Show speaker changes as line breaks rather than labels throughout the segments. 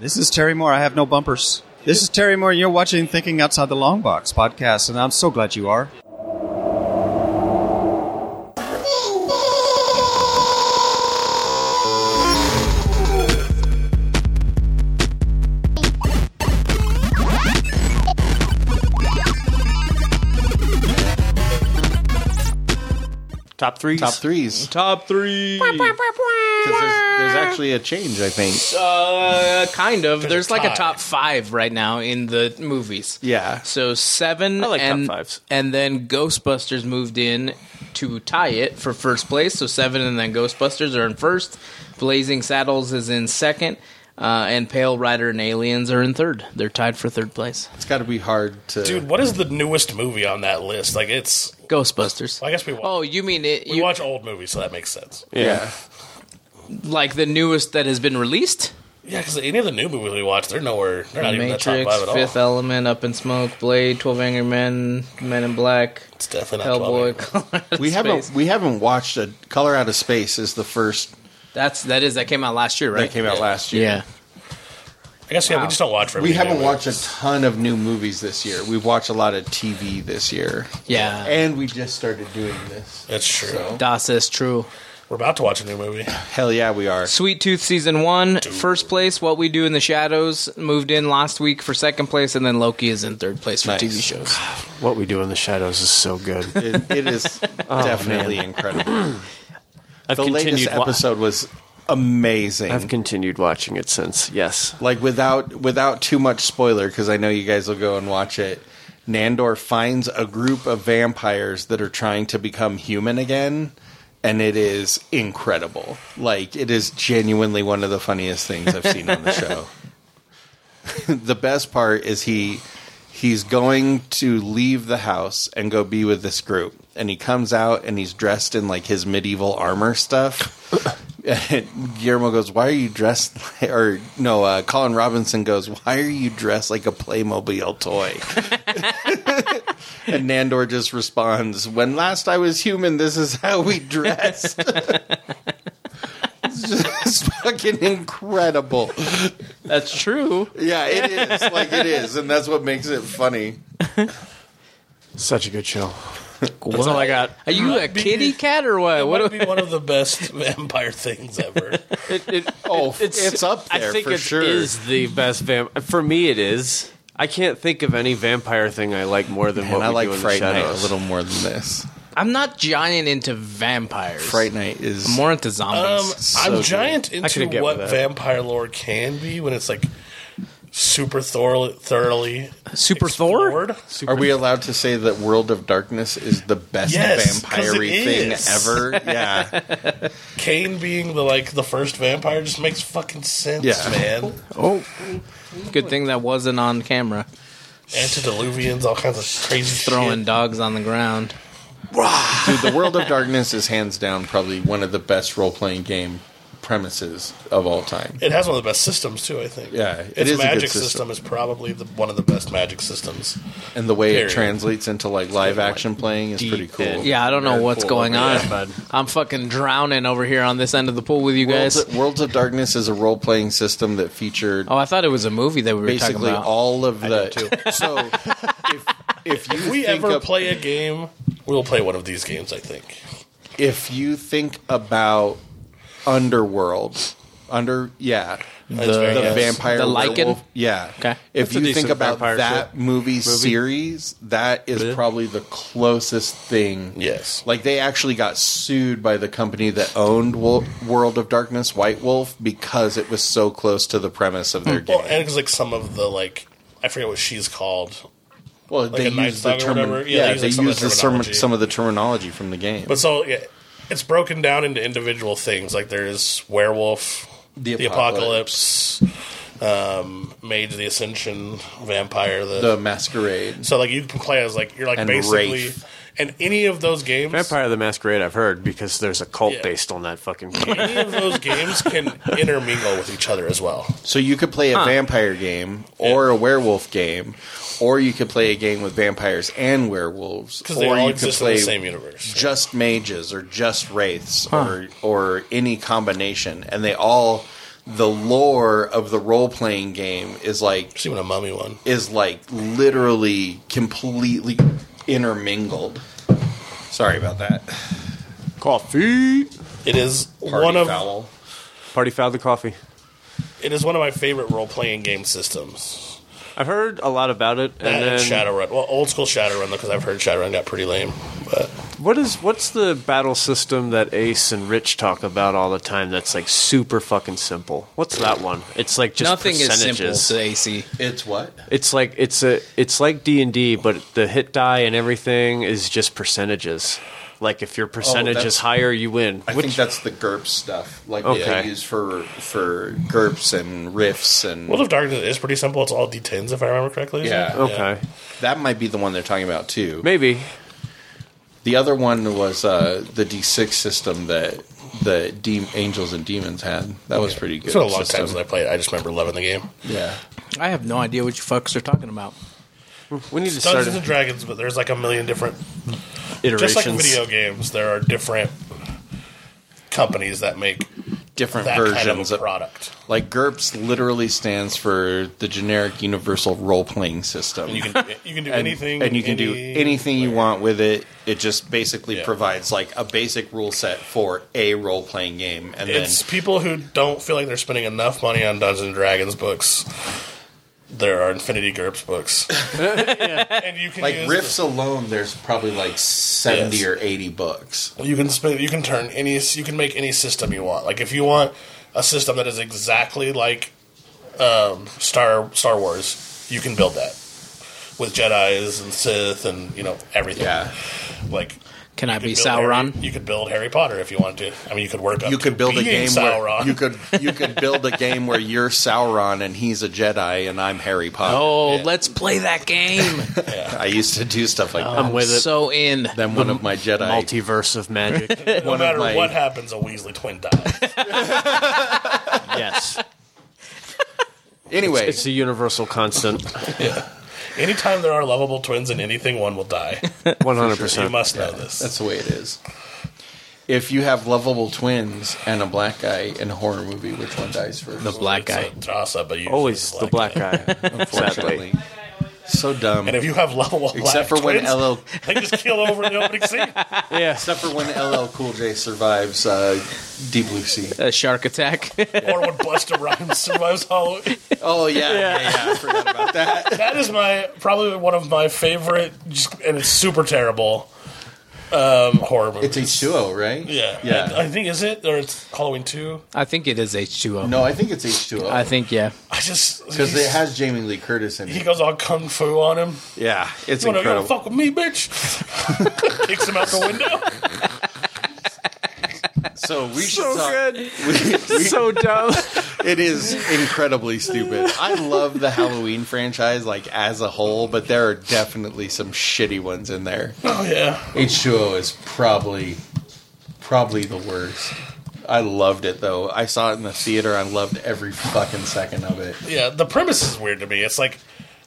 This is Terry Moore. I have no bumpers. This is Terry Moore, and you're watching Thinking Outside the Long Box podcast, and I'm so glad you are.
Top threes.
Top threes.
Top three.
'Cause There's, there's actually a change, I think.
Uh, kind of. There's, like
tie.
a top five right now in the movies.
Yeah.
So seven
I like top
and
fives.
and then Ghostbusters moved in to tie it for first place. So seven and then Ghostbusters are in first. Blazing Saddles is in second. Uh, and Pale Rider and Aliens are in third. They're tied for third place.
It's got to be hard to.
Dude, what is the newest movie on that list? Like, it's.
Ghostbusters.
I guess we watch.
Oh, you mean it?
we
you,
watch old movies, so that makes sense.
yeah.
like the newest that has been released?
Yeah, because any of the new movies we watch, they're nowhere. They're not even in the top
Matrix,
five at all.
Fifth Element, Up in Smoke, Blade, Twelve Angry Men, Men in Black,
it's definitely not 12
Hellboy.
either.
Color Out of
We haven't
Space.
we haven't watched a Color Out of Space is the first
That's that is that came out last year, right?
that came out last year.
Yeah.
I guess yeah, we just don't watch. very
We
many
haven't
movies.
watched a ton of new movies this year. We've watched a lot of TV this year.
Yeah.
And we just started doing this.
That's true.
Das is true.
We're about to watch a new movie.
Hell yeah, we are.
Sweet Tooth season one, first place. What we do in the shadows moved in last week for second place, and then Loki is in third place for
Nice.
TV shows.
What we do in the shadows is so good.
It, it is definitely incredible.
I've
The latest
wa-
episode was amazing.
I've continued watching it since. Yes.
like without without too much spoiler because I know you guys will go and watch it. Nandor finds a group of vampires that are trying to become human again, and it is incredible. Like it is genuinely one of the funniest things I've seen on the show. the best part is he he's going to leave the house and go be with this group, and he comes out and he's dressed in like his medieval armor stuff. And Guillermo goes, "Why are you dressed?" Like, or no, uh, Colin Robinson goes, "Why are you dressed like a Playmobil toy?" and Nandor just responds, "When last I was human, this is how we dressed." it's just fucking incredible.
That's true.
Yeah, it is like it is, and that's what makes it funny.
Such a good show.
That's all I got. Are you a kitty cat or what?
What
What?
would be one of the best vampire things ever?
Oh, it's, up there
I think
for
it
sure.
is the best vamp. For me, it is. I can't think of any vampire thing I like more than
and
what
I
we
like
do in
Fright
the
Night
shadows.
a little more than this.
I'm not giant into vampires.
Fright Night is
More into
Um,
zombies.
I'm giant into
couldn't get
what
with that.
vampire lore can be when it's like super thor- thoroughly
Super Thor.
explored.
Are we allowed to say that World of Darkness is the best
Yes, 'cause
vampire
it
thing
is.
ever? Yeah.
Kane being the like the first vampire just makes fucking sense,
Yeah.
man.
Good thing that wasn't on camera.
Antediluvians, all kinds of crazy
Throwing
shit.
dogs on the ground.
Dude, the World of Darkness is hands down probably one of the best role playing game premises of all time.
It has one of the best systems too. I think.
Yeah, it
its
is a good
magic
system.
system. is probably the, one of the best magic systems.
And the way
Period.
it translates into like live action playing is pretty cool.
Yeah, I don't know
Very
what's
cool. Oh,
going on,
Yeah, bud.
I'm fucking drowning over here on this end of the pool with you guys.
Worlds, Worlds of Darkness is a role playing system that featured
Oh, I thought it was a movie that we were talking
basically
about.
all of the. So if, if you
If we
think
ever
of-
play a game, we'll play one of these games. I think.
if you think about Underworld, under yeah,
That's very
the
nice.
vampire
The Lycan?
werewolf- yeah.
Okay.
If
That's a
you think
decent
about
vampire
that
shit.
movie, series, that is probably the closest thing.
Yes.
Like they actually got sued by the company that owned Wo- World of Darkness, White Wolf, because it was so close to the premise of their
Hmm. Well,
game.
and it's like some of the like I forget what she's called,
Well, they
a Night
used the
Stalker or
term.
whatever?
Yeah, they
like, some of
used
the
the term-
terminology.
some of the terminology from the game.
but so yeah, it's broken down into individual things. Like there's werewolf,
The
the,
Apocalypse.
apocalypse, um, mage, the ascension, vampire, the,
the masquerade.
so like you can play as like you're like
And
basically
Wraith.
and any of those games.
Vampire the Masquerade, I've heard, because there's a cult
Yeah.
based on that fucking game.
Any of those games can intermingle with each other as well.
So you could play a vampire game or a werewolf game, or you could play a game with vampires and werewolves,
Because
or
they all
you could
exist in
play
the same universe.
just mages or just wraiths or or any combination, and they all the lore of the role playing game is like
See what a mummy one.
is like literally completely intermingled. Sorry about that.
Coffee.
It is
Party
one of
foul.
Party foul the coffee.
it is one of my favorite role playing game systems.
I've heard a lot about it,
That
and then
and Shadowrun. Well, old school Shadowrun though, because I've heard Shadowrun got pretty lame. But
what is what's the battle system that Ace and Rich talk about all the time? That's like super fucking simple. What's that one? It's like just
Nothing is simple
percentages.
to AC.
It's what?
It's like it's a it's like D and D, but the hit die and everything is just percentages. Like if your percentage
that's-
is higher, you win.
I
Which-
think that's the GURPS stuff, like
Okay.
they use for for GURPS and riffs and
World of Darkness is pretty simple. It's all D10s if I remember correctly. isn't
Yeah.
it?
okay,
that might be the one they're talking about too.
maybe
The other one was uh, the D6 system that the de- angels and demons had. That was pretty good.
It's been a long
system.
time since I played. it. I just remember loving the game.
Yeah.
I have no idea what you fucks are talking about.
we need to start
Dungeons and Dragons, but there's like a million different.
iterations.
Just like video games, there are different companies that make
Different
that
versions
kind of a
of-
product.
like GURPS literally stands for the generic universal role playing system.
You can you can do
and,
anything,
and you can do
any-
anything you want with it. It just basically
Yeah.
provides like a basic rule set for a role playing game, and
It's
then
people who don't feel like they're spending enough money on Dungeons and Dragons books. There are Infinity GURPS books, and you can
like
use
riffs alone, there's probably like seventy
Yes.
or eighty books.
You can spend, you can turn any you can make any system you want. Like if you want a system that is exactly like um, Star Star Wars, you can build that with Jedi's and Sith and you know everything.
Yeah.
Like
Can I
you
be
could build Harry-
Sauron?
you could build Harry Potter if you wanted to. I mean, you could work up.
You could
to
build a
being
game
Sauron.
where you could you could build a game where you're Sauron and he's a Jedi and I'm Harry Potter.
Oh, let's play that game.
I used to do stuff like that.
I'm with it.
so in.
Then one of my Jedi,
Multiverse of magic.
no matter
my-
what happens, a Weasley twin dies.
yes,
anyway,
it's a universal constant.
Anytime there are lovable twins in anything, one will die.
One hundred
You
percent.
must know this.
That's the way it is. If you have lovable twins and a black guy in a horror movie, which one dies first?
The black guy.
toss up, but usually
Always
it's
the black guy. Unfortunately,
Unfortunately. So dumb.
And if you have lovable black
Except for when
twins,
LL,
they just kill over the opening scene.
yeah.
except for when LL Cool J survives uh, Deep Blue Sea.
A shark attack.
or when Busta Rhymes survives Halloween.
Oh yeah, yeah, yeah. I forgot about that.
That is my probably one of my favorite, just, and it's super terrible um, horror
It's
movies.
H2O, right?
yeah,
yeah.
I, I think is it or it's Halloween two.
I think it is H2O.
no, I think it's H2O.
I think yeah.
I just
because it
he's-
has Jamie Lee Curtis in
he
it.
goes all kung fu on him.
Yeah, it's
You wanna, you wanna
incredible.
fuck with me, bitch? Kicks him out the window.
so we should
So
talk-
good.
we- we-
So dumb.
It is incredibly stupid. I love the Halloween franchise like as a whole, but there are definitely some shitty ones in there.
Oh yeah,
H2O is probably probably the worst. I loved it though. I saw it in the theater. I loved every fucking second of it.
yeah. The premise is weird to me. It's like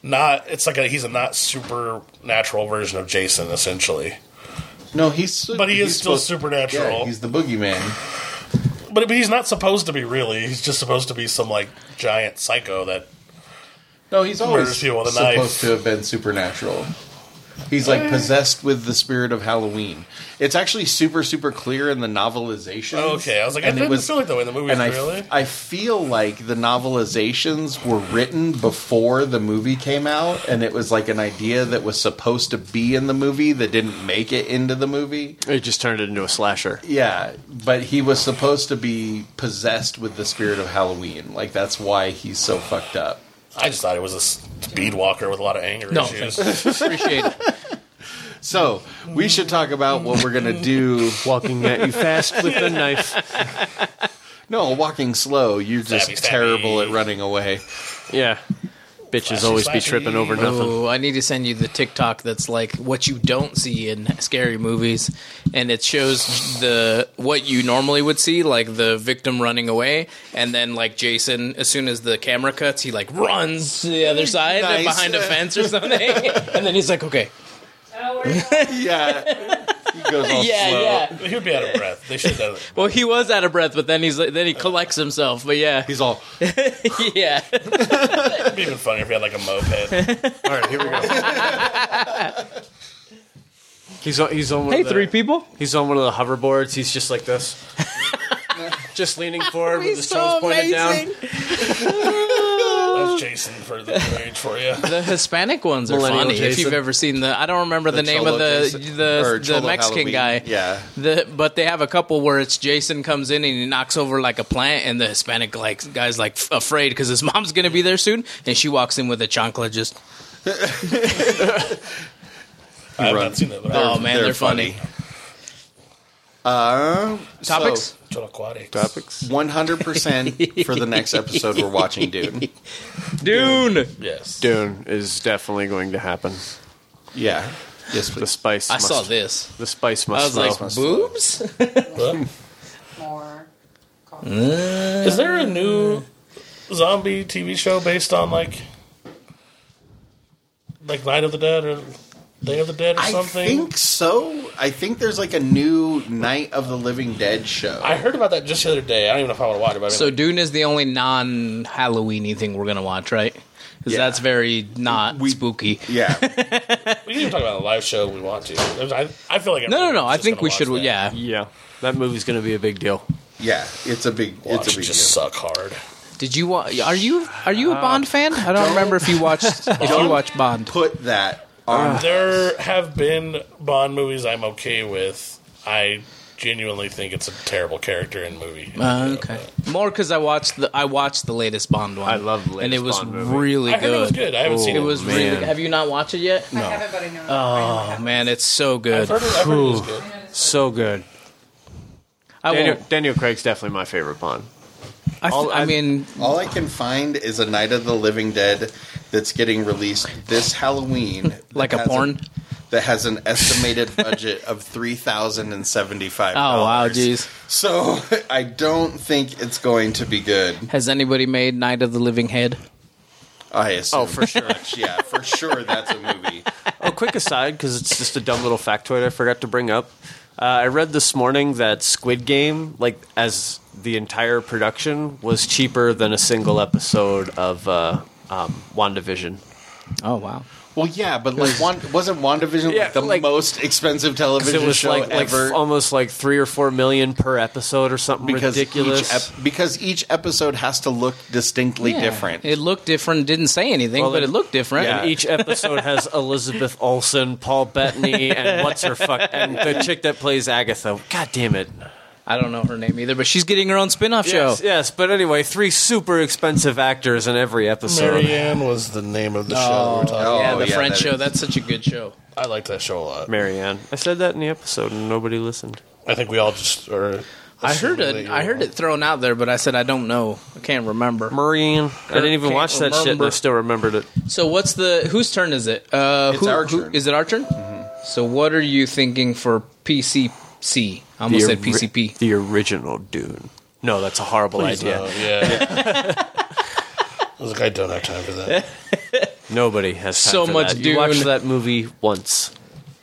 not. It's like a, he's a not supernatural version of Jason, essentially.
No, he's
But he is
he's
still
supposed-
supernatural.
Yeah, he's the boogeyman.
But, but he's not supposed to be really. He's just supposed to be some like giant psycho that.
No, he's always
Murders people with a
supposed
knife. Eh.
to have been supernatural. He's like possessed with the spirit of Halloween. It's actually super super clear in the novelization.
Oh, okay, I was like, I didn't feel like that way in the movie.
and I,
really,
I feel like the novelizations were written before the movie came out, and it was like an idea that was supposed to be in the movie that didn't make it into the movie.
It just turned it into a slasher.
Yeah, but he was supposed to be possessed with the spirit of Halloween. Like that's why he's so fucked up.
I just thought it was a speed walker with a lot of anger
No.
issues.
Appreciate it.
So we should talk about what we're gonna do.
Walking at you fast with a knife.
No, walking slow. You're just
Stabby, stabby.
terrible at running away.
Yeah. Bitches always be
slashy.
tripping over nothing.
Ooh, I need to send you the TikTok that's like what you don't see in scary movies, and it shows the what you normally would see, like the victim running away, and then like Jason, as soon as the camera cuts, he like runs to the other side
Nice.
behind a fence or something, and then he's like, okay,
Oh, we're not-
Yeah. You goes all
yeah,
slow.
yeah.
He would be out of breath. They should have done it.
Well, he was out of breath, but then he's then he collects himself. But yeah,
He's all
yeah.
It'd be even funnier if he had like a moped.
All right, here we go. he's on. He's on. One
Hey,
of the,
three people.
He's on one of the hoverboards. He's just like this, just leaning forward with
He's
his
so
toes pointed down.
amazing.
That's Jason for the marriage for you.
The Hispanic ones are
Millennial
funny. If
Jason.
you've ever seen the, I don't remember the, name of
Cholo
the
Jason-
the,
or
the
Cholo
Mexican
Halloween.
guy.
Yeah,
The, but they have a couple where it's Jason comes in and he knocks over like a plant, and the Hispanic like guy's like f- afraid because his mom's gonna be there soon, and she walks in with a chancla. Just
I've
run.
not seen that, but
oh
I
man, they're, funny.
Uh,
Topics.
so-
Choloquati.
Topics.
100% for the next episode we're watching, dude.
Dune.
Yes.
Dune is definitely going to happen.
Yeah. Yes,
The
please.
spice.
I
must,
saw this.
The spice
I
must
was
slow.
like, boobs?
more coffee.
Is there a new zombie TV show based on like like Night of the Dead or Day of the Dead or
I
something?
think so. I think there's like a new Night of the Living Dead show.
I heard about that just the other day. I don't even know if I want to watch it. But
So
so
Dune is the only non-Halloweeny thing we're gonna watch, right? Because
Yeah.
that's very not spooky.
yeah.
we can even talk about a live show if we want to. There's- I, I feel like
No, no,
everyone's
no. I
just
think
gonna
we
watch
should.
that.
Yeah,
Yeah, that movie's going to be a big deal.
Yeah. It's a big it's
Watch
a
it
big
just
deal.
suck hard.
Did you watch? Are you are you a
Uh,
Bond fan? I don't remember if you watched if you
Bond?
watched Bond.
Put that
Ah.
on
There have been Bond movies I'm okay with. I genuinely think it's a terrible character in movie.
Uh, okay, more because I watched the I watched the latest Bond one.
I love the
and it
latest
was
Bond movie.
really
I heard
good.
it was good. I haven't seen
It
it.
was
man.
really. good. Have you not watched it yet?
I haven't, but I know.
Oh man, it's so
I've
good.
heard it, I've heard it was good.
So good.
I
Daniel,
won't.
Daniel Craig's definitely my favorite Bond.
I, th-
I'll-
I
I-
mean,
All I can find is a Night of the Living Dead that's getting released this Halloween. that
Like a
has
porn?
that has an estimated budget of three thousand and seventy-five.
oh wow, jeez.
So I don't think it's going to be good.
Has anybody made Night of the Living Head?
I assume.
Oh, for
sure. yeah, for sure. That's a movie.
Oh, quick aside, because it's just a dumb little factoid I forgot to bring up. Uh, I read this morning that Squid Game, like as the entire production, was cheaper than a single episode of uh, um, WandaVision.
Oh wow.
Well, yeah, but like, one, wasn't WandaVision
Yeah,
like the
like-
most expensive television
It was
show
like, like
ever?
f-
um,
almost like three or four million per episode or something
because
ridiculous.
Each ep- because each episode has to look distinctly
Yeah.
different.
It looked different. Didn't say anything,
Well,
but
then-
it looked different.
Yeah.
and each episode has Elizabeth Olsen, Paul Bettany, and what's her fuck, and the chick that plays Agatha. God damn it!
I don't know her name either, but she's getting her own spin-off
Yes,
show.
yes, but anyway, three super expensive actors in every episode.
Marianne was the name of the show we were talking
Oh,
about.
yeah, the
yeah,
French
that
show.
is-
That's such a good show.
I liked that show a lot.
Marianne. I said that in the episode and nobody listened.
I think we all just are.
I heard
assuming that
it.
you
I heard
were-
it thrown out there, but I said I don't know. I can't remember.
Marianne. I didn't even
can't
watch that shit and I
remember.
still remembered it.
So what's the whose turn is it? Uh,
It's our turn. Mm-hmm.
Is it our turn? So what are you thinking for PCC? I almost said
ori-
PCP.
The original Dune. No, that's a horrible idea.
uh,
Oh, yeah. I was like, I don't have time for that.
Nobody has time
So
for
much
that. You watched
Dune.
that movie once.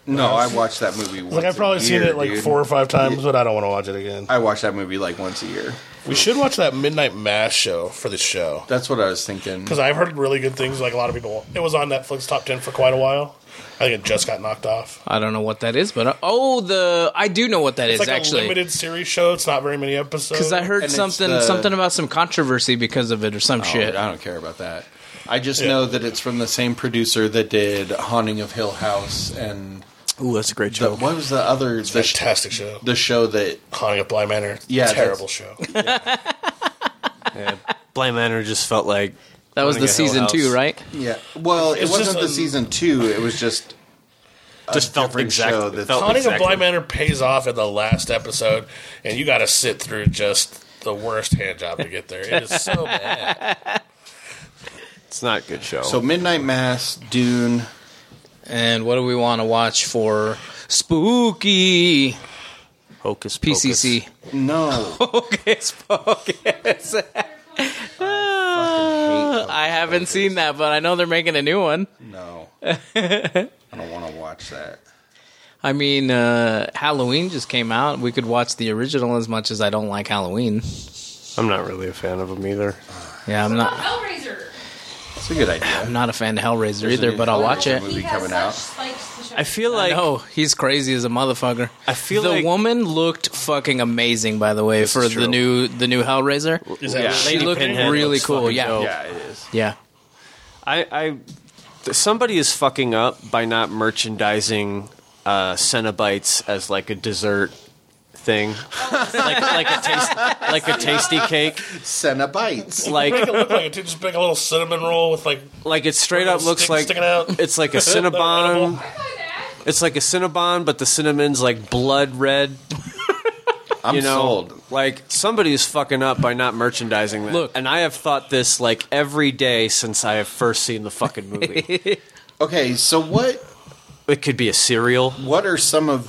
no, I watched that movie. once
Like I've probably
a
seen
year,
it like
dude.
four or five times, but I don't want to watch it again.
I watched that movie like once a year.
We should watch that Midnight Mass show for the show
That's what I was thinking.
because I've heard really good things. Like a lot of people, it was on Netflix top ten for quite a while. I think it just got knocked off.
I don't know what that is, but I, oh, the I do know what that is
It's like a
actually
limited series show. It's not very many episodes.
because I heard
And it's
something
the-
something about some controversy because of it or some
Oh,
shit.
I don't care about that. I just
Yeah.
know that it's from the same producer that did Haunting of Hill House and
Ooh, that's a great
the, what was the other the, sh-
fantastic show.
the show that
Haunting of Bly Manor.
Yeah,
terrible show.
Yeah. Blind Manor just felt like
That was the
Running a Hill
season two,
House.
right?
yeah. Well, it
It's
wasn't
just
the
a-
season two. It was just
just felt
different
exact-
show that's-
felt
Haunting
exactly.
of Bly Manor pays off in the last episode, and you got to sit through just the worst hand job to get there. It is so bad.
It's not a good show.
so Midnight Mass, Dune.
And what do we want to watch for spooky
Hocus Pocus.
PCC?
No,
Hocus Pocus. Uh, I haven't seen that, but I know they're making a new one.
no, I don't want to watch that.
I mean, uh, Halloween just came out. We could watch the original as much as I don't like Halloween.
I'm not really a fan of them either.
Yeah, I'm not.
Hellraiser.
It's a good idea.
I'm not a fan of Hellraiser
a
either,
new
but I'll watch
Hellraiser
it.
movie.
He has
coming
such
out.
spikes to show.
I feel like
oh, he's crazy as a motherfucker.
I feel
the
like-
woman looked fucking amazing, by the way, for the
true.
new the new Hellraiser.
Is that
Yeah.
She
Lady
looked
Pinhead
really
looks
cool.
fucking
Yeah,
dope.
Yeah, it is.
yeah.
I, I th- somebody is fucking up by not merchandising uh, Cenobites as like a dessert thing, like like a taste, like a tasty cake,
Cenobites.
Make it
like
look like it. Just make a little cinnamon roll with like
like it straight up looks
Stick-
like
sticking out.
it's like a Cinnabon.
I buy that.
It's like a Cinnabon, but the cinnamon's like blood red.
I'm
you know,
sold.
like somebody is fucking up by not merchandising that.
Look.
and I have thought this like every day since I have first seen the fucking movie.
Okay, so what
it could be a cereal.
what are some of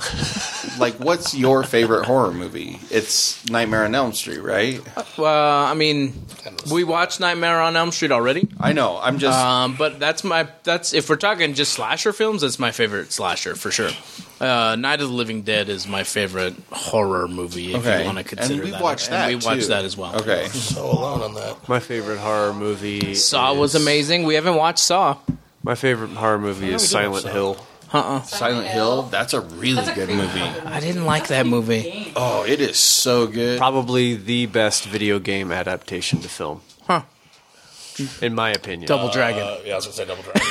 like what's your favorite horror movie? It's Nightmare on Elm Street, right?
Well, I mean, we watched Nightmare on Elm Street already,
I know. I'm just
um, but that's my that's if we're talking just slasher films, that's my favorite slasher for sure. Uh, Night of the Living Dead is my favorite horror movie. If
Okay.
you want to
And
consider
we've
that,
watched
And
that,
we watched
too.
that as well.
okay.
so alone on that.
My favorite horror movie.
Saw was
is-
amazing. We haven't watched Saw.
My favorite horror movie is Silent Hill.
Silent Hill, that's a really
That's a
good
creepy
movie.
fucking
I didn't like that movie.
game.
Oh, it is so good.
Probably the best video game adaptation to film,
Huh?
in my opinion.
Double Dragon.
Uh, yeah, I was gonna say double dragon.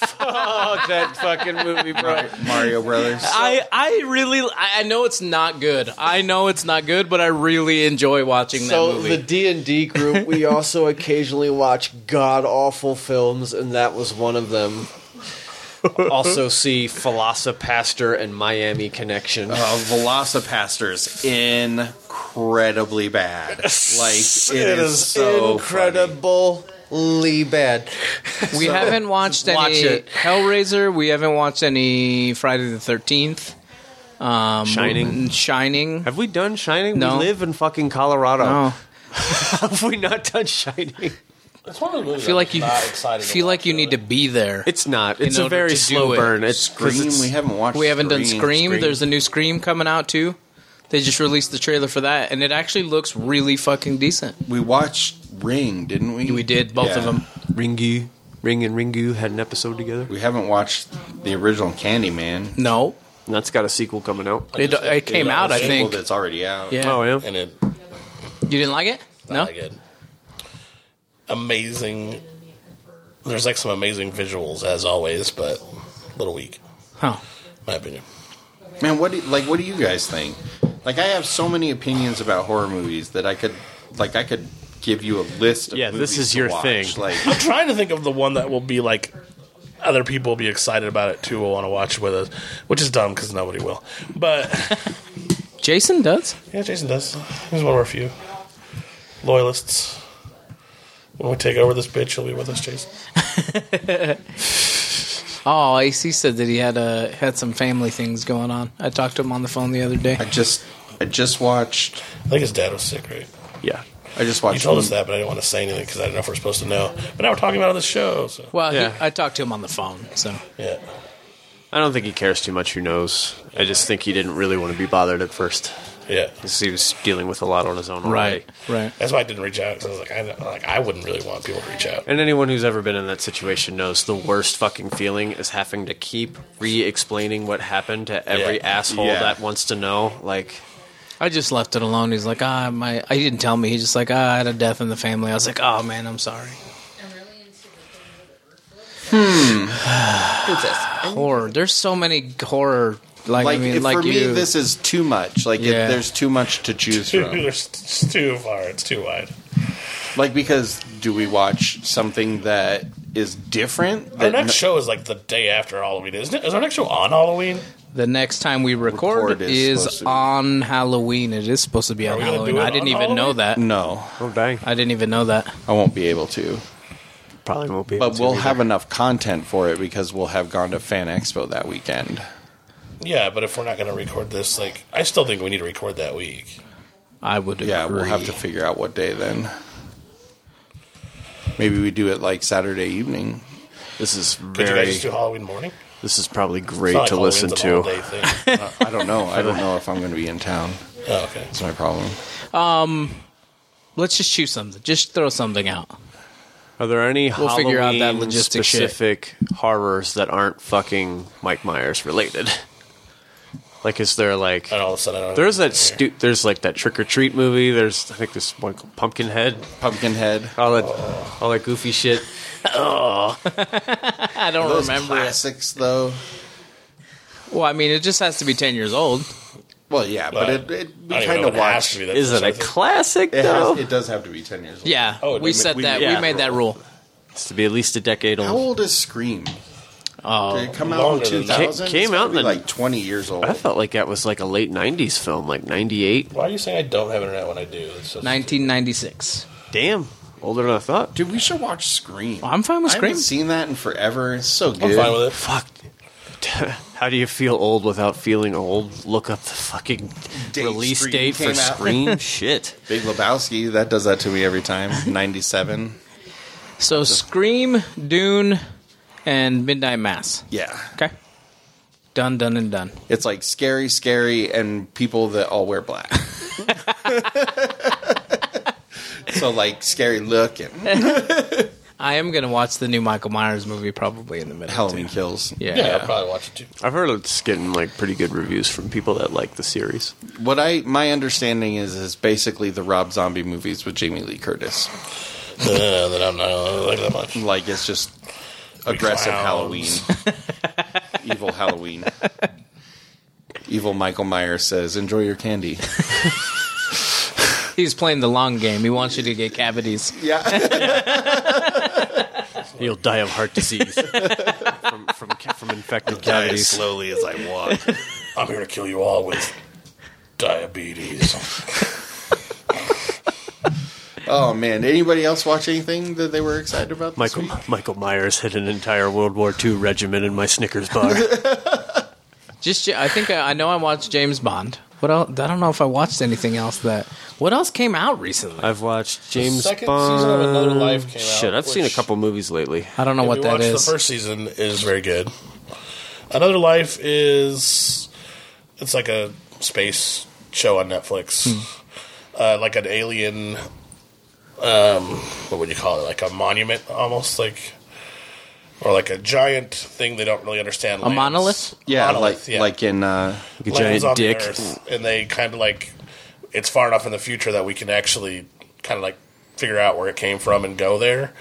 but-
Fuck that fucking movie, bro.
Mario Brothers.
I, I really I I know it's not good. I know it's not good, but I really enjoy watching that
So
movie.
the D and D group, we also occasionally watch god awful films, and that was one of them.
also see Philosopastor and Miami Connection.
Uh, Velocipaster's incredibly bad. Like it
It
is,
is
so funny.
incredibly bad.
we haven't watched any
watch it.
Hellraiser. We haven't watched any Friday the Thirteenth. Um,
Shining.
Shining.
Have we done Shining?
No.
We live in fucking Colorado.
Oh,
Have we not done Shining?
It's one of those movies.
feel like you
not excited.
feel like you need to be there.
It's not. It's a
order to
very
do
slow
it.
burn. It's 'cause
Scream,
it's-
we haven't watched
we haven't done
Scream.
Scream. There's a new Scream coming out too. They just released the trailer for that, and it actually looks really fucking decent.
We watched Ring, didn't we?
We did both of
Yeah.
them.
Ringu, Ring and Ringu had an episode together.
We haven't watched the original Candyman.
No,
And that's got a sequel coming out.
it, it came out. I
Well,
Well,
think.
that's already out.
Yeah.
Oh yeah.
and it
You didn't like it? No.
not like it. Amazing. There's like some amazing visuals as always, but a little weak,
Huh.
my opinion.
Man, what do, like what do you guys think? Like I have so many opinions about horror movies that I could like I could give you a list of
Yeah, this
movies
is
to
your
watch.
thing.
Like
I'm trying to think of the one that will be like other people will be excited about it too. Will want to watch with us, which is dumb because nobody will. But
Jason does.
yeah, Jason does. He's one of our few loyalists. When we take over this bitch, he'll be with us, Jason.
Oh, AC said that he had uh, had some family things going on. I talked to him on the phone the other day.
I just I just watched
I think his dad was sick, right?
Yeah.
I just
You
watched
told us that, but I didn't want to say anything because I didn't know if we're supposed to know. But now we're talking about it on the show, so
Well, he-
Yeah.
I talked to him on the phone. So
yeah.
I don't think he cares too much who knows. I just think he didn't really want to be bothered at first.
Yeah,
'Cause he was dealing with a lot on his own already.
right.
that's why I didn't reach out because I was like, I don't- like I wouldn't really want people to reach out.
And anyone who's ever been in that situation knows the worst fucking feeling is having to keep re-explaining what happened to every
Yeah.
asshole
Yeah.
that wants to know. Like,
I just left it alone. He's like, ah, my. I didn't tell me. He's just like, ah, I had a death in the family. I was like, oh man, I'm sorry. Horror. There's so many horror. Like,
like
I mean,
if-
like
for
you.
me this is too much. Like
Yeah.
it, there's too much to choose
Dude,
from.
there's- it's too far. It's too wide.
like because do we watch something that is different?
Our
That
next
no-
show is like the day after Halloween, isn't it? Is our next show on Halloween?
the next time we record,
Record is
is,
supposed to be-
on Halloween. It is supposed to be on
we gonna do
Halloween.
it
I didn't
on
even know
Halloween?
that.
no,
oh dang,
I didn't even know that.
I won't be able to.
probably won't be.
But we'll have enough content for it because we'll have gone to Fan Expo that weekend.
Yeah, but if we're not going to record this, like I still think we need to record that week.
I would. Agree.
Yeah, we'll have to figure out what day then. Maybe we do it like Saturday evening.
This is
Could you guys
very.
just do Halloween morning?
This is probably great
It's not
to
like
listen
Halloween's an
to.
all-day thing.
Uh, I don't know. I don't know if I'm going to be in town.
Oh, okay.
That's my problem.
Let's just choose something. Just throw something out.
Are there any
We'll figure out that
Halloween
logistic shit.
specific horrors that aren't fucking Mike Myers related? Like, is there like
And all of a sudden, I don't
there's that
Yeah.
stu- there's like that trick or treat movie. There's I think there's one called Pumpkinhead.
Pumpkinhead.
All that all that goofy shit.
I don't
Those
remember. it.
classics, though.
Well, I mean, it just has to be ten years old.
Well, yeah, but
Uh,
it, it
I
we
don't even
kind
know
of
if it has
watched.
to be
It,
that
Is it
sort
a
of thing.
classic though?
has, it does have to be ten years old.
Yeah,
Oh,
we
we-
set
we-
that.
yeah.
We made that rule.
It's to be at least a decade
How
old.
old is Scream?
Oh,
Did it come out in
Uh, longer than
two
that.
thousand?
Came out in the-
like twenty years old.
I felt like that was like a late '90s film, like '98.
Why are you saying I don't have internet when I do? It's just,
1996.
Damn, older than I thought.
Dude, we should watch Scream.
I'm fine with
I haven't
Scream.
seen that in forever. It's so
I'm
good.
fine with it.
Fuck. How do you feel old without feeling old? Look up the fucking
Date
release
Scream
date for
came out.
Scream. Shit.
Big Lebowski. That does that to me every time. Ninety-seven.
So, Scream, Dune, and Midnight Mass.
Yeah,
Okay, done, done, and done.
it's like scary, scary, and people that all wear black. so like scary looking.
I am gonna watch the new Michael Myers movie probably in the middle.
Halloween
too.
kills.
Yeah.
Yeah, I'll probably watch it too.
I've heard it's getting like pretty good reviews from people that like the series.
What I my understanding is is basically the Rob Zombie movies with Jamie Lee Curtis.
Uh, then I'm not gonna like that much.
Like it's just aggressive Halloween,
clowns.
evil Halloween. Evil Michael Myers says, "Enjoy your candy."
He's playing the long game. He wants you to get cavities.
Yeah,
You'll die of heart disease from, from from infected
die
cavities.
slowly as I walk.
I'm here to kill you all with diabetes.
Oh man! Did anybody else watch anything that they were excited about? This
Michael
week?
Michael Myers hid an entire World War II regiment in my Snickers bar.
Just, I think uh, I, I know I watched James Bond. What else? I don't know if I watched anything else that. What else came out recently?
I've watched James
second
Bond.
season of Another Life came out,
Shit, I've seen a
which-
couple movies lately.
I don't know what
we
that
watched
is.
The first season is very good. Another Life is it's like a space show on Netflix,
Hmm.
uh, like an alien. Um, what would you call it? Like a monument, almost like, or like a giant thing they don't really understand.
A monolith?
Yeah,
Monolith,
like like in uh,
Like a
Lands
giant
on the
dick.
Earth, and they kind of like it's far enough in the future that we can actually kind of like figure out where it came from and go there.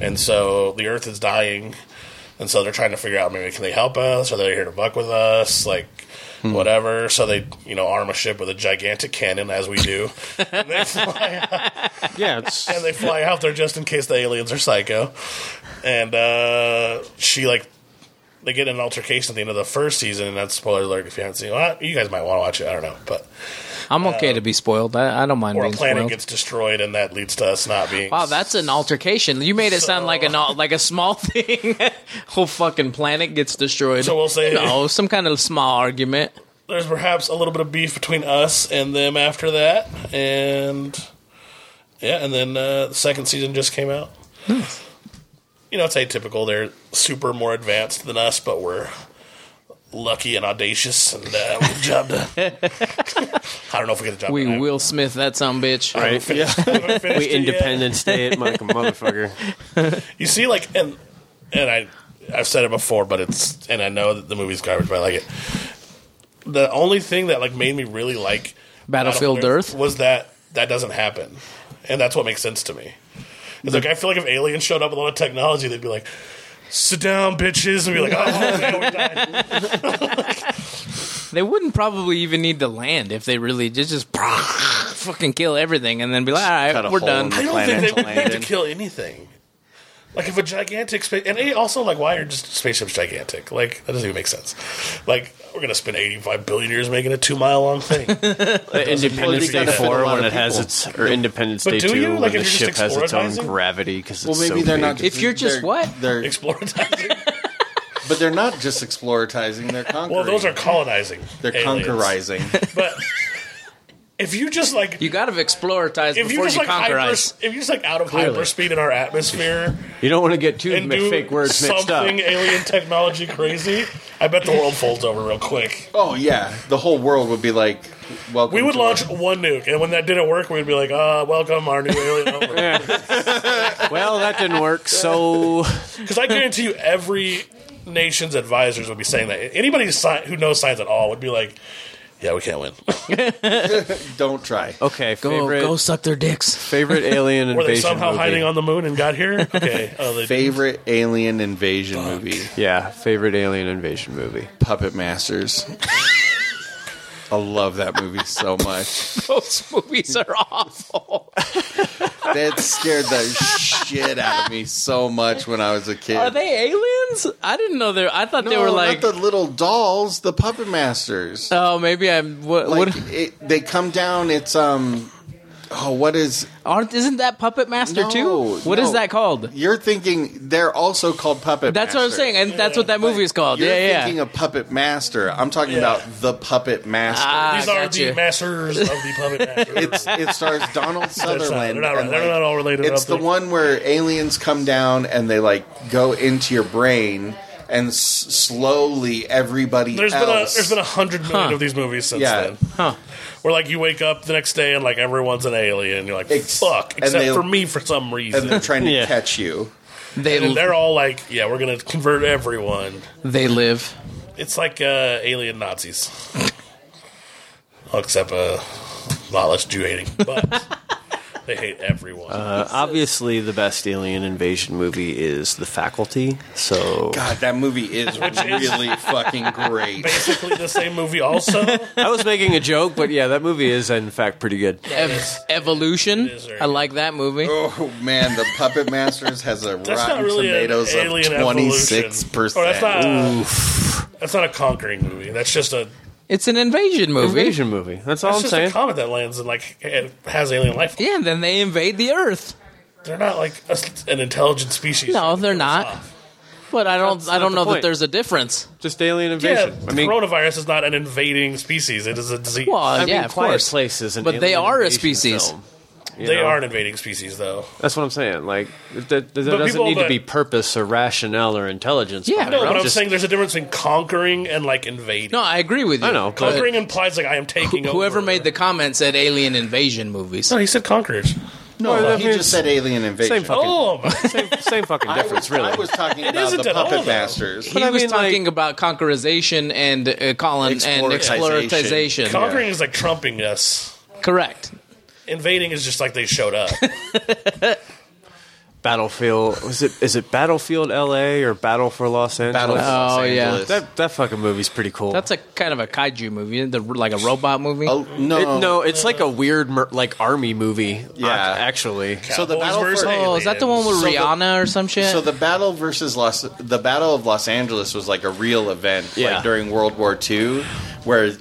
And so the Earth is dying, and so they're trying to figure out maybe can they help us? Are they here to buck with us? Like.
Hmm.
Whatever, so they you know arm a ship with a gigantic cannon as we do, and they fly out,
Yeah, it's
and they fly out there just in case the aliens are psycho. And uh, she like they get in an altercation at the end of the first season, and that's spoiler alert if you haven't seen. it. Well, you guys might want to watch it. I don't know, but
I'm okay to be spoiled. I, I don't mind
uh, or a
being
planet
spoiled.
gets destroyed, and that leads to us not being.
Wow, that's an altercation. You made it sound
So-
like an al- like a small thing. Whole fucking planet gets destroyed.
So we'll say-
no, some kind of small argument.
there's perhaps a little bit of beef between us and them after that, and yeah, and then uh, the second season just came out. You know, it's atypical. They're super more advanced than us, but we're lucky and audacious, and uh, we get the job done. I don't know if we get the job
We
done. I-
Will Smith that some bitch.
I haven't finished- I haven't finished
we
it yet.
Independence Day it, Michael motherfucker.
You see, like, and and I, I've said it before, but it's, and I know that the movie's garbage, but I like it. The only thing that like made me really like
Battlefield Earth.
was that that doesn't happen, and that's what makes sense to me. It's like I feel like if aliens showed up with a lot of technology, they'd be like, "Sit down, bitches," and be like, "Oh man, we died."
They wouldn't probably even need to land if they really just just fucking kill everything and then be like, all
Cut a
right, we're
hole in
done.
the
I don't
planet
think they
to
would
land
need to
in.
kill anything. Like if a gigantic space, and eh, also like why are just spaceships gigantic? Like that doesn't even make sense. Like we're gonna spend eighty-five billion years making a two-mile long thing.
uh,
Independence
Well,
Day
you gotta fit a
four when
lot of
it has
people.
its or Independence
But
Day
do
two
you?
when
Like,
the
if you're
ship
just
has its own
explorativizing?
gravity because
Well,
it's
maybe
so
they're
big.
not.
If you're just
they're-
what?
they're
Exploratizing.
but they're not just exploratizing. They're conquering.
well, those are colonizing.
they're
aliens.
conquerizing.
But if you just like
You got to explore ties
if you
before you,
just like
conquer
hyper,
ice.
if you just like out of
Clearly.
hyperspeed in our atmosphere
You don't want to get two
and
ma-
do
fake words mixed up.
something alien technology crazy, I bet the world folds over real quick.
Oh yeah, the whole world would be like, welcome.
We would
to
launch one nuke, and when that didn't work, we'd be like, "Ah, welcome our new alien." over."
Well, that didn't work. So
Because I guarantee you, every nation's advisors would be saying that. Anybody sci- who knows science at all would be like, "Yeah, we can't win."
Our, don't try.
okay,
Go,
favorite
Oh, go suck their dicks.
favorite alien
Were they
invasion
somehow
movie.
hiding on the moon and got here? Okay, oh, they
Favorite alien invasion movie?
yeah, favorite alien invasion movie.
Puppet Masters. I love that movie so much.
Those movies are awful.
That scared the shit out of me so much when I was a kid.
Are they aliens? I didn't know they. Were, I thought they were
No,
like.
not the little dolls, the Puppet Masters.
oh, maybe I'm. What,
like
what
it, they come down. It's um. Oh, what is?
aren't? Isn't that Puppet Master
No,
too? What is
no.
that called?
You're thinking they're also called puppet.
That's what I'm
Masters.
saying, and that's what that movie is called.
You're
yeah,
thinking
yeah.
a puppet master. I'm talking
Yeah.
about the puppet master.
Ah,
these are
gotcha.
the masters of the puppet masters.
it's it stars Donald
That's not-
Sutherland.
they're, not,
and,
they're
like,
not all related. I
it's the
don't think.
one where aliens come down and they like go into your brain and s- slowly everybody
There's been a
else.
there's been a hundred million
Huh.
of these movies since
Yeah.
then. Where like you wake up the next day and like everyone's an alien. You're like
Ex-
fuck,
and
except
they-
for me for some
and
reason.
they're
And,
trying to
Yeah.
catch you.
They
they're all like, yeah, we're gonna convert everyone.
they live.
It's like uh, alien Nazis, uh, Well, except a lot less Jew hating, but they hate everyone.
Uh, obviously, the best alien invasion movie is The Faculty. So
God, that movie is really fucking great.
Basically, the same movie also.
I was making a joke, but yeah, that movie is in fact pretty good.
Ev- evolution.
is very
I like that movie.
Oh man, the Puppet Masters has a
That's
Rotten
not really an
Tomatoes
alien
of twenty six
evolution. Or that's not.
percent.
A, that's not a conquering movie. That's just a.
It's an invasion movie.
Invasion movie. That's all
That's
I'm
just
saying.
a comet that lands and like it has alien life.
Yeah, and then they invade the Earth.
They're not like a, an intelligent species.
No, they're not. But I don't.
That's
I don't
not
know
the
that
point.
there's a difference.
Just alien
Yeah,
invasion.
the
I mean,
coronavirus is not an invading species. It is a disease.
Well,
I mean,
Uh, yeah, of
Quiet
course.
Place is an
But they
alien
are a
invasion
species.
film, you
they
know?
are an invading species, though.
That's what I'm saying. Like, th- th- there
But
doesn't
people
need
that-
to be purpose or rationale or intelligence.
Yeah,
behind
No,
it.
but I'm
Just-
saying there's a difference between conquering and like invading.
No, I agree with you.
I know, but-
conquering implies like I am taking over.
Whoever made the comment said alien invasion movies.
No, he said conquerors.
No,
that
he
means-
just said alien invasion. Oh,
Same fucking-
Oh,
same, same fucking
I was,
difference, really.
I was talking
It
about
isn't
the
at all,
Puppet
though.
Masters.
He
I
was
mean, like-
talking about conquerization and uh, colon and
Exploratization.
exploratization.
conquering is like trumping us.
Correct.
Invading is just like they showed up.
Battlefield was it? Is it Battlefield L.A. or Battle for Los
Battle
Angeles?
for Los
Oh, yeah.
Angeles.
That that fucking movie's pretty cool.
That's a kind of a kaiju movie, isn't it? The- like a robot movie.
oh no,
It- no, it's like a weird mer- like army movie.
Yeah.
ac- actually.
So the
Cowboys
Battle
versus
for-
Oh, is that the one with
So the-
Rihanna or some shit?
So the battle versus Los, the Battle of Los Angeles was like a real event,
Yeah.
like during World War II, where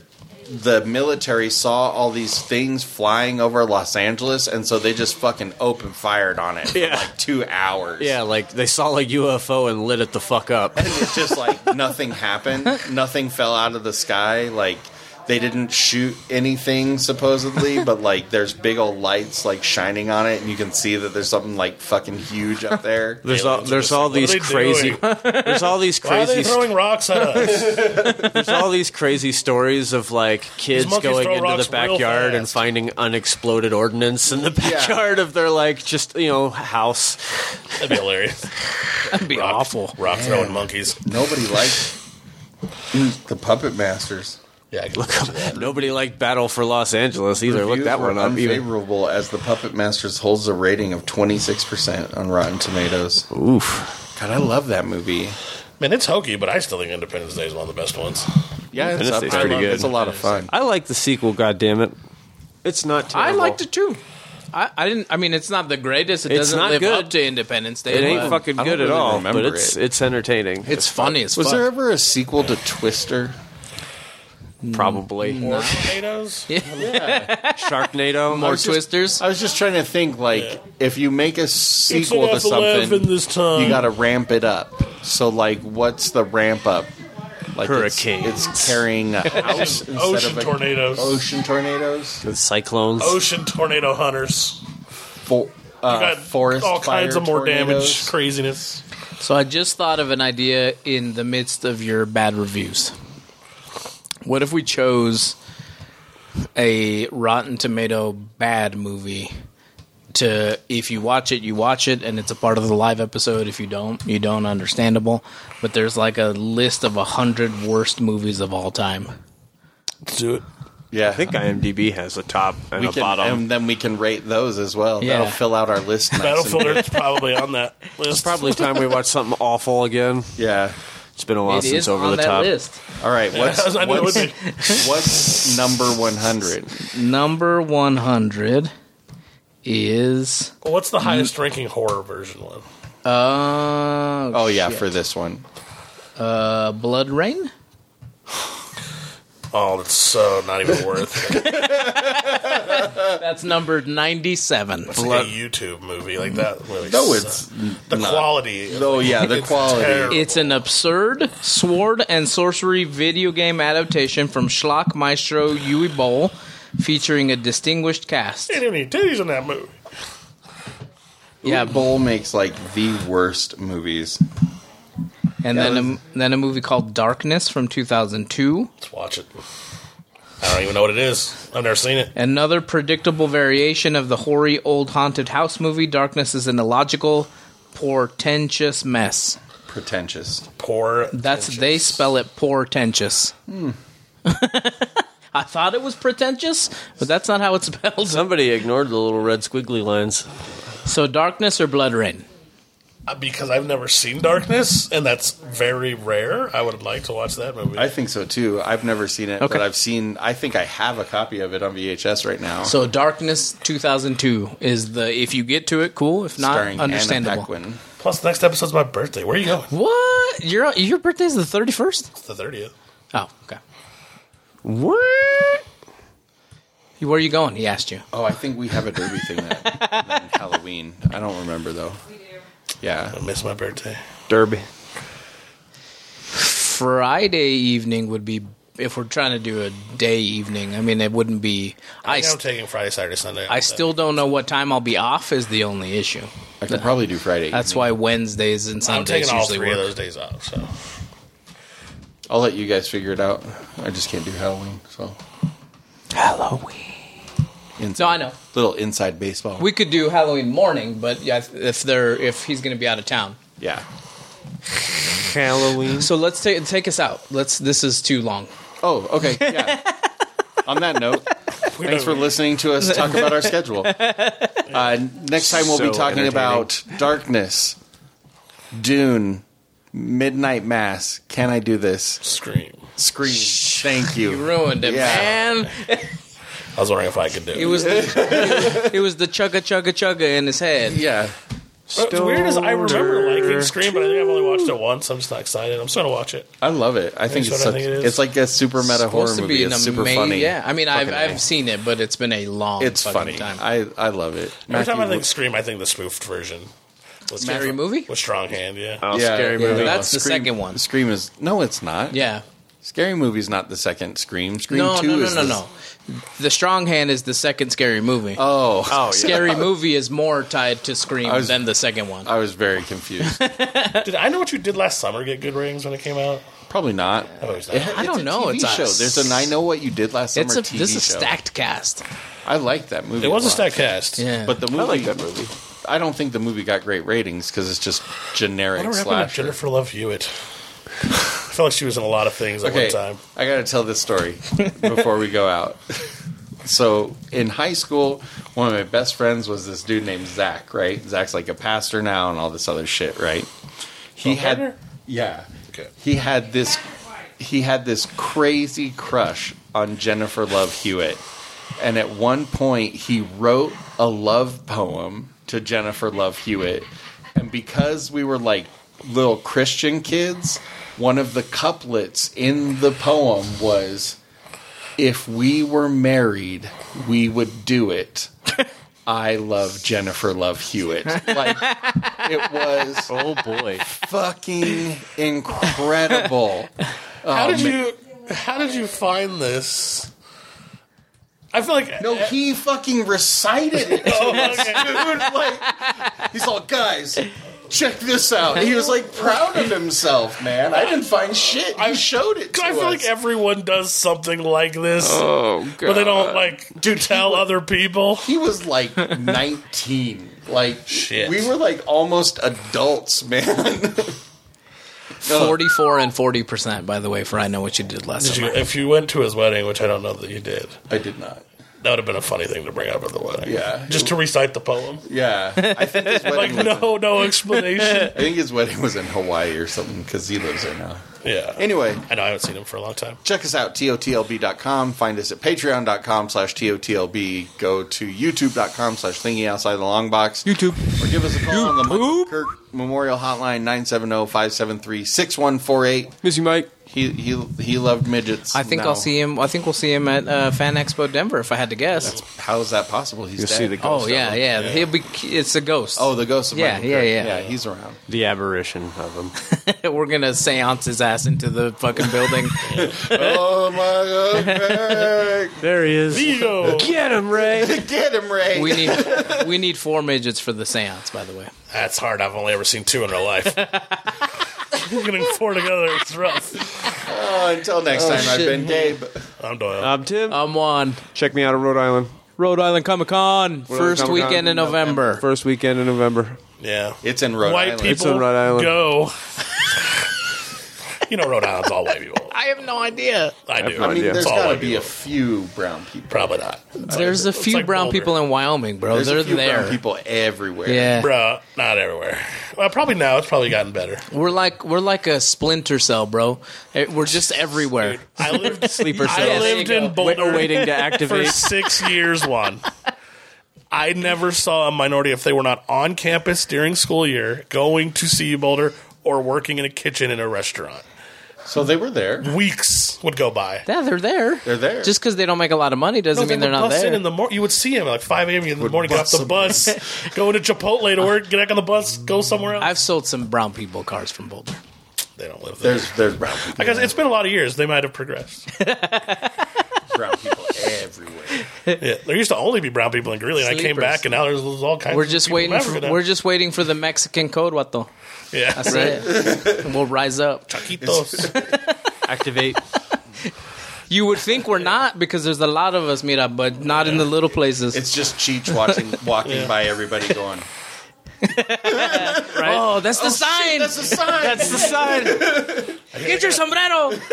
the military saw all these things flying over Los Angeles, and so they just fucking open fired on it for
Yeah.
like two hours.
Yeah, like they saw a UFO and lit it the fuck up.
and it's just like nothing happened. Nothing fell out of the sky. Like they didn't shoot anything supposedly, but like there's big old lights like shining on it, and you can see that there's something like fucking huge up there.
There's all there's all
What are
these
they
crazy
doing?
there's all these
Why are they
crazy
throwing rocks at us?
there's all these crazy stories of like kids
monkeys
going
throw
into
rocks
the
real
backyard and
fast.
finding unexploded ordnance in the backyard of their like just you know house.
That'd be hilarious.
That'd be
Rock-
awful.
Rock throwing monkeys.
Nobody liked the Puppet Masters.
Yeah, I can
Look, up- nobody liked Battle for Los Angeles either. Look
Reviews
that
were
one up. even.
Unfavorable as the Puppet Masters holds a rating of 26% on Rotten Tomatoes.
Oof.
God, I love that movie.
Man, it's hokey, but I still think Independence Day is one of the best ones.
Yeah, it's,
Independence
up
Day's
there.
pretty good.
It's a lot of fun.
I like the sequel. God damn it. It's not.
I
Terrible.
liked it too. I, I didn't. I mean, it's not the greatest. It
It's
doesn't
not
live
good.
up to Independence Day.
It
but
ain't fucking
I don't
good at
really
all,
remember
but it's
it.
it's entertaining.
It's funny as
Was
fuck.
there ever a sequel to Twister? Mm.
probably
Or tornadoes.
Sharknado.
More
was just-
twisters.
I was just trying to think, like, if you make a
It's
sequel
an
to
F11
something,
this time.
you got to ramp it up. So, like, what's the ramp up? Like
Hurricanes.
It's, it's carrying a house instead
Ocean
of a,
tornadoes.
Ocean tornadoes.
Cyclones.
Ocean tornado hunters.
Fo- uh,
got
forest
all kinds
fire
of more
tornadoes.
damage craziness.
So I just thought of an idea in the midst of your bad reviews. What if we chose a Rotten Tomato bad movie to if you watch it, you watch it and it's a part of the live episode. If you don't, you don't understandable. But there's like a list of a hundred worst movies of all time.
do it.
Yeah,
I think IMDb has a top and
we
a
can,
bottom.
and then we can rate those as well.
Yeah.
That'll fill out our list. nice and
Battlefield
good.
Earth's probably on that list.
it's probably time we watch something awful again.
Yeah.
It's been a while since over the top.
list.
All right. What's
I know it would
what's,
be.
what's number one hundred?
Number one hundred is
What's the highest ranking horror version one?
uh
Oh yeah,
shit.
for this one.
uh, Blood Rain.
Oh, that's so not even worth it.
That's number 97.
It's like a YouTube movie like that. Movie
No, it's
sucks. the
not.
quality.
Oh yeah, the
It's
quality.
terrible.
It's an absurd sword and sorcery video game adaptation from schlock maestro Yui Bowl, featuring a distinguished cast.
They didn't need titties in that movie.
Yeah,
Bull
Bowl.
makes like the worst movies.
And then a, then a movie called Darkness from 2002.
Let's watch it. I don't even know what it is. I've never seen it.
Another predictable variation of the hoary old haunted house movie, Darkness is an illogical, portentous mess.
Pretentious.
Poor.
That's they spell it portentous. I thought it was pretentious, but that's not how it's spelled.
Somebody ignored the little red squiggly lines.
So, darkness or blood rain?
Uh, because I've never seen Darkness, and that's very rare. I would like to watch that movie.
I think so too. I've never seen it,
Okay.
but I've seen. I think I have a copy of it on VHS right now.
So, darkness 2002 is the if you get to it, cool. If not,
starring Anna
understandable.
Paquin.
Plus, next episode's my birthday. Where are you going?
What? Your your birthday's the 31st?
It's the thirtieth.
Oh, okay.
What?
Where are you going? He asked you.
Oh, I think we have a derby thing that on Halloween. I don't remember though. Yeah,
I miss my birthday.
Derby.
Friday evening would be if we're trying to do a day evening. I mean, it wouldn't be. I
I am
st-
taking Friday, Saturday, Sunday.
I still don't know what time I'll be off is the only issue.
I could probably do Friday.
That's
evening.
why Wednesdays and
I'm
Sundays
taking all
usually
three of
work.
those days off. So
I'll let you guys figure it out. I just can't do Halloween. So
Halloween.
inside,
No, I know.
little inside baseball.
We could do Halloween morning, but yeah, if- if they're if he's going to be out of town.
yeah.
Halloween.
So let's take take us out. Let's. This is too long.
Oh, okay. Yeah. on that note, thanks for listening to us talk about our schedule. Uh, next time we'll
So
be talking about darkness, Dune, Midnight Mass. Can I do this?
scream.
Scream. Thank you.
Ruined it,
Yeah.
man.
I was wondering if I could do it.
It was the, it was the chugga chugga chugga in his head.
Yeah.
It's weird as I remember liking Scream, but I think I've only watched it once. I'm just not excited. I'm still gonna watch it.
I love it. I think
That's
it's
what I
such,
think it is.
it's like a super meta horror
Supposed to
movie.
be an
it's super
amazing.
funny.
Yeah, I mean, I've
Fucking
I've
A.
seen it, but it's been a long.
It's
fucking
funny.
Time.
I I love it.
Every time I
Matthew-
think Scream, I think the spoofed version. With
Scary movie?
With Strong Hand, yeah.
Oh, scary
yeah.
movie.
That's the second one.
Scream is no, it's not.
yeah.
Scary movie's not the second Scream. Scream
No,
two
no, no,
is
no,
the-
no. The Strong Hand is the second scary movie.
Oh,
Oh, yeah.
Scary movie is more tied to Scream
I was-
than the second one.
I was very confused.
Did I know what you did last summer? Get good ratings when it came out.
Probably not.
I always know.
I don't know.
TV
it's a
show. There's an I know what you did last summer
It's a
TV
this is a
show.
stacked cast.
I like that movie.
It was a
lot.
stack cast.
Yeah,
But the movie,
I like that movie.
I don't think the movie got great ratings because it's just generic
What happened to
slasher.
Jennifer Love Hewitt? I feel like she was in a lot of things at
okay,
one time.
I got to tell this story before we go out. So in high school, one of my best friends was this dude named Zach. Right, Zach's like a pastor now and all this other shit. Right, he had
Carter?
yeah,
Okay.
he had this he had this crazy crush on Jennifer Love Hewitt, and at one point he wrote a love poem to Jennifer Love Hewitt, and because we were like little Christian kids, one of the couplets in the poem was. If we were married, we would do it. I love Jennifer Love Hewitt. Like it was
Oh boy.
fucking incredible.
How did you? How did you find this? I feel like
No, he fucking recited it.
Oh, okay.
dude. Like, he's all, guys, check this out. He was like proud of himself, man. I didn't find shit. I showed it to
I feel
us.
like everyone does something like this,
Oh, God.
but they don't like do tell other people.
he was like 19. Like,
Shit.
we were like almost adults, man.
44 and 40%, by the way, for I Know What You Did Last
Did
Summer.
you, if you went to his wedding, which I don't know that you did,
I did not.
that would have been a funny thing to bring up at the wedding.
Yeah.
just to recite the poem.
Yeah. I think his wedding,
Like
was,
no, no explanation.
I think his wedding was in Hawaii or something because he lives there now.
yeah.
Anyway,
I know I haven't seen him for a long time.
check us out totlb.com find us at patreon.com slash totlb go to youtube.com slash thinking outside the long box youtube or give us a call on the Michael kirk memorial hotline oh, 970-573-6148
Miss you, Mike.
he, he, he loved midgets
I think
now.
I'll see him. I think we'll see him at uh, Fan Expo Denver, if I had to guess.
how is that possible he's
You'll
dead.
see the ghost.
Oh yeah, yeah, He'll be. It's a ghost.
oh the ghost of
Yeah,
Michael
yeah,
Kirk.
yeah.
yeah he's around
The aberration of him.
we're gonna seance his ass into the fucking building.
oh my god
there he is.
Vigo.
Get him, Ray.
get him ray
we need we need four midgets for the seance. By the way,
That's hard. I've only ever seen two in my life. Getting four together is rough.
oh, until next time i've
shit.
been dave
I'm Doyle.
I'm Tim.
I'm on
Check me out at Rhode Island.
Rhode Island Comic Con first
Comic-Con
weekend in
in
November.
First weekend in November.
yeah.
it's in rhode
white
island
people
It's in Rhode Island.
go. you know, Rhode Island's all white people.
I have no idea.
I do.
no
i mean
Yeah.
there's
It's all
got to
white
be a
people.
few brown people
Probably not,
There's a
it's
few
like
brown
Boulder.
people in Wyoming, bro.
There's
They're
a few
there.
brown people everywhere.
Yeah,
Bruh, Not everywhere. Well, probably now. It's probably gotten better.
we're like we're like a splinter cell, bro. Eh, We're just everywhere.
I lived
Sleeper
I
cells.
lived in
Wait,
Boulder
waiting to
for
activate.
six years. One. I never saw a minority if they were not on campus during school year, going to CU Boulder, or working in a kitchen in a restaurant.
So they were there.
Weeks would go by.
Yeah, they're there.
They're there.
Just because they don't make a lot of money doesn't
No,
mean
they
they're
would
not
bus
there.
In, in the mor- you would see him at like 5 a.m. in the
Would
morning, get off
bust
the
him.
bus, go to Chipotle to work, get back on the bus, go somewhere else.
I've sold some brown people cars from Boulder.
they don't live there.
There's there's brown people.
I guess it's been a lot of years. They might have progressed.
brown people everywhere.
yeah, there used to only be brown people in Greeley, and I came
Sleepers.
back, and now there's, there's all kinds.
We're
of
just
people
waiting.
in
For,
Africa now.
we're just waiting for the Mexican code, Wato.
yeah,
That's it. We'll rise up.
taquitos.
Activate.
You would think we're not because there's a lot of us, mira, but not in the little places.
It's just Cheech watching walking by everybody going.
oh, that's the sign.
That's a sign.
That's the sign.
Get your sombrero.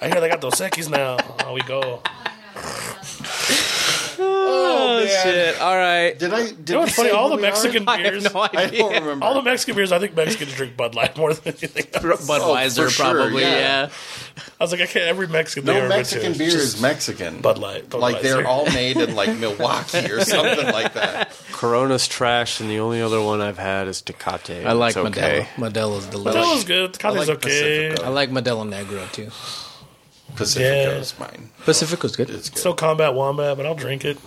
I hear they got those Equis now. Oh, we go.
oh, man.
Shit. All right.
Did I? Did
You know
we
what's funny?
say
All
who
the
we are?
Mexican
I
beers.
have no
I
idea.
don't remember.
all the Mexican beers, I think Mexicans drink Bud Light more than anything else.
Budweiser,
Oh, for sure,
probably.
yeah.
Yeah.
I was like, I can't. Every Mexican beer
no
I went to
Mexican
is
beer
just
is Mexican.
Bud Light. Bud
like
Light,
they're
sorry.
all made in like Milwaukee or something like that.
Corona's trash, and the only other one I've had is Tecate.
I like
It's okay.
Modelo. Modelo's delicious.
That was good. The coffee's
like
okay.
Pacifico.
I like Modelo Negro too.
Pacifico
Yeah.
is mine.
Pacifico's good.
It's good.
So combat wombat, but I'll drink it.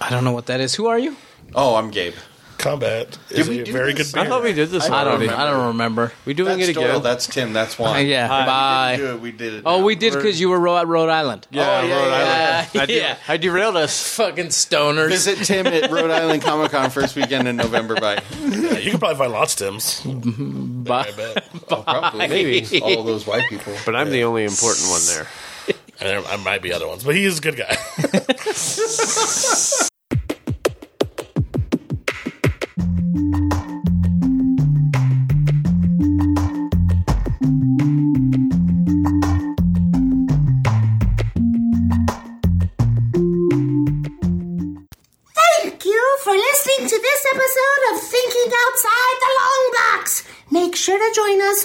I don't know what that is. Who are you?
oh, I'm Gabe.
Combat is
we
a
do
very
this?
good
I
beer.
thought we did this
I
I don't.
already.
remember.
I don't remember.
We doing
that's
it again?
Doyle, that's Tim. That's
Uh,
Juan.
yeah.
Hi.
We
Bye.
did it. We did it.
Oh, we did because you were Ro- at Rhode Island.
yeah,
Oh, yeah,
Rhode
yeah,
Island.
yeah.
I, de-
Yeah.
I derailed us.
Fucking stoners.
Visit Tim at Rhode Island Comic Con first weekend in November. Bye.
Yeah, you can probably find lots of Tims. I
Bye.
bet.
Oh, probably.
Maybe.
All those white people.
But I'm the only important one there.
And there, there might be other ones, but he is a good guy.
Thank you for listening to this episode of Thinking Outside the Long Box. Make sure to join us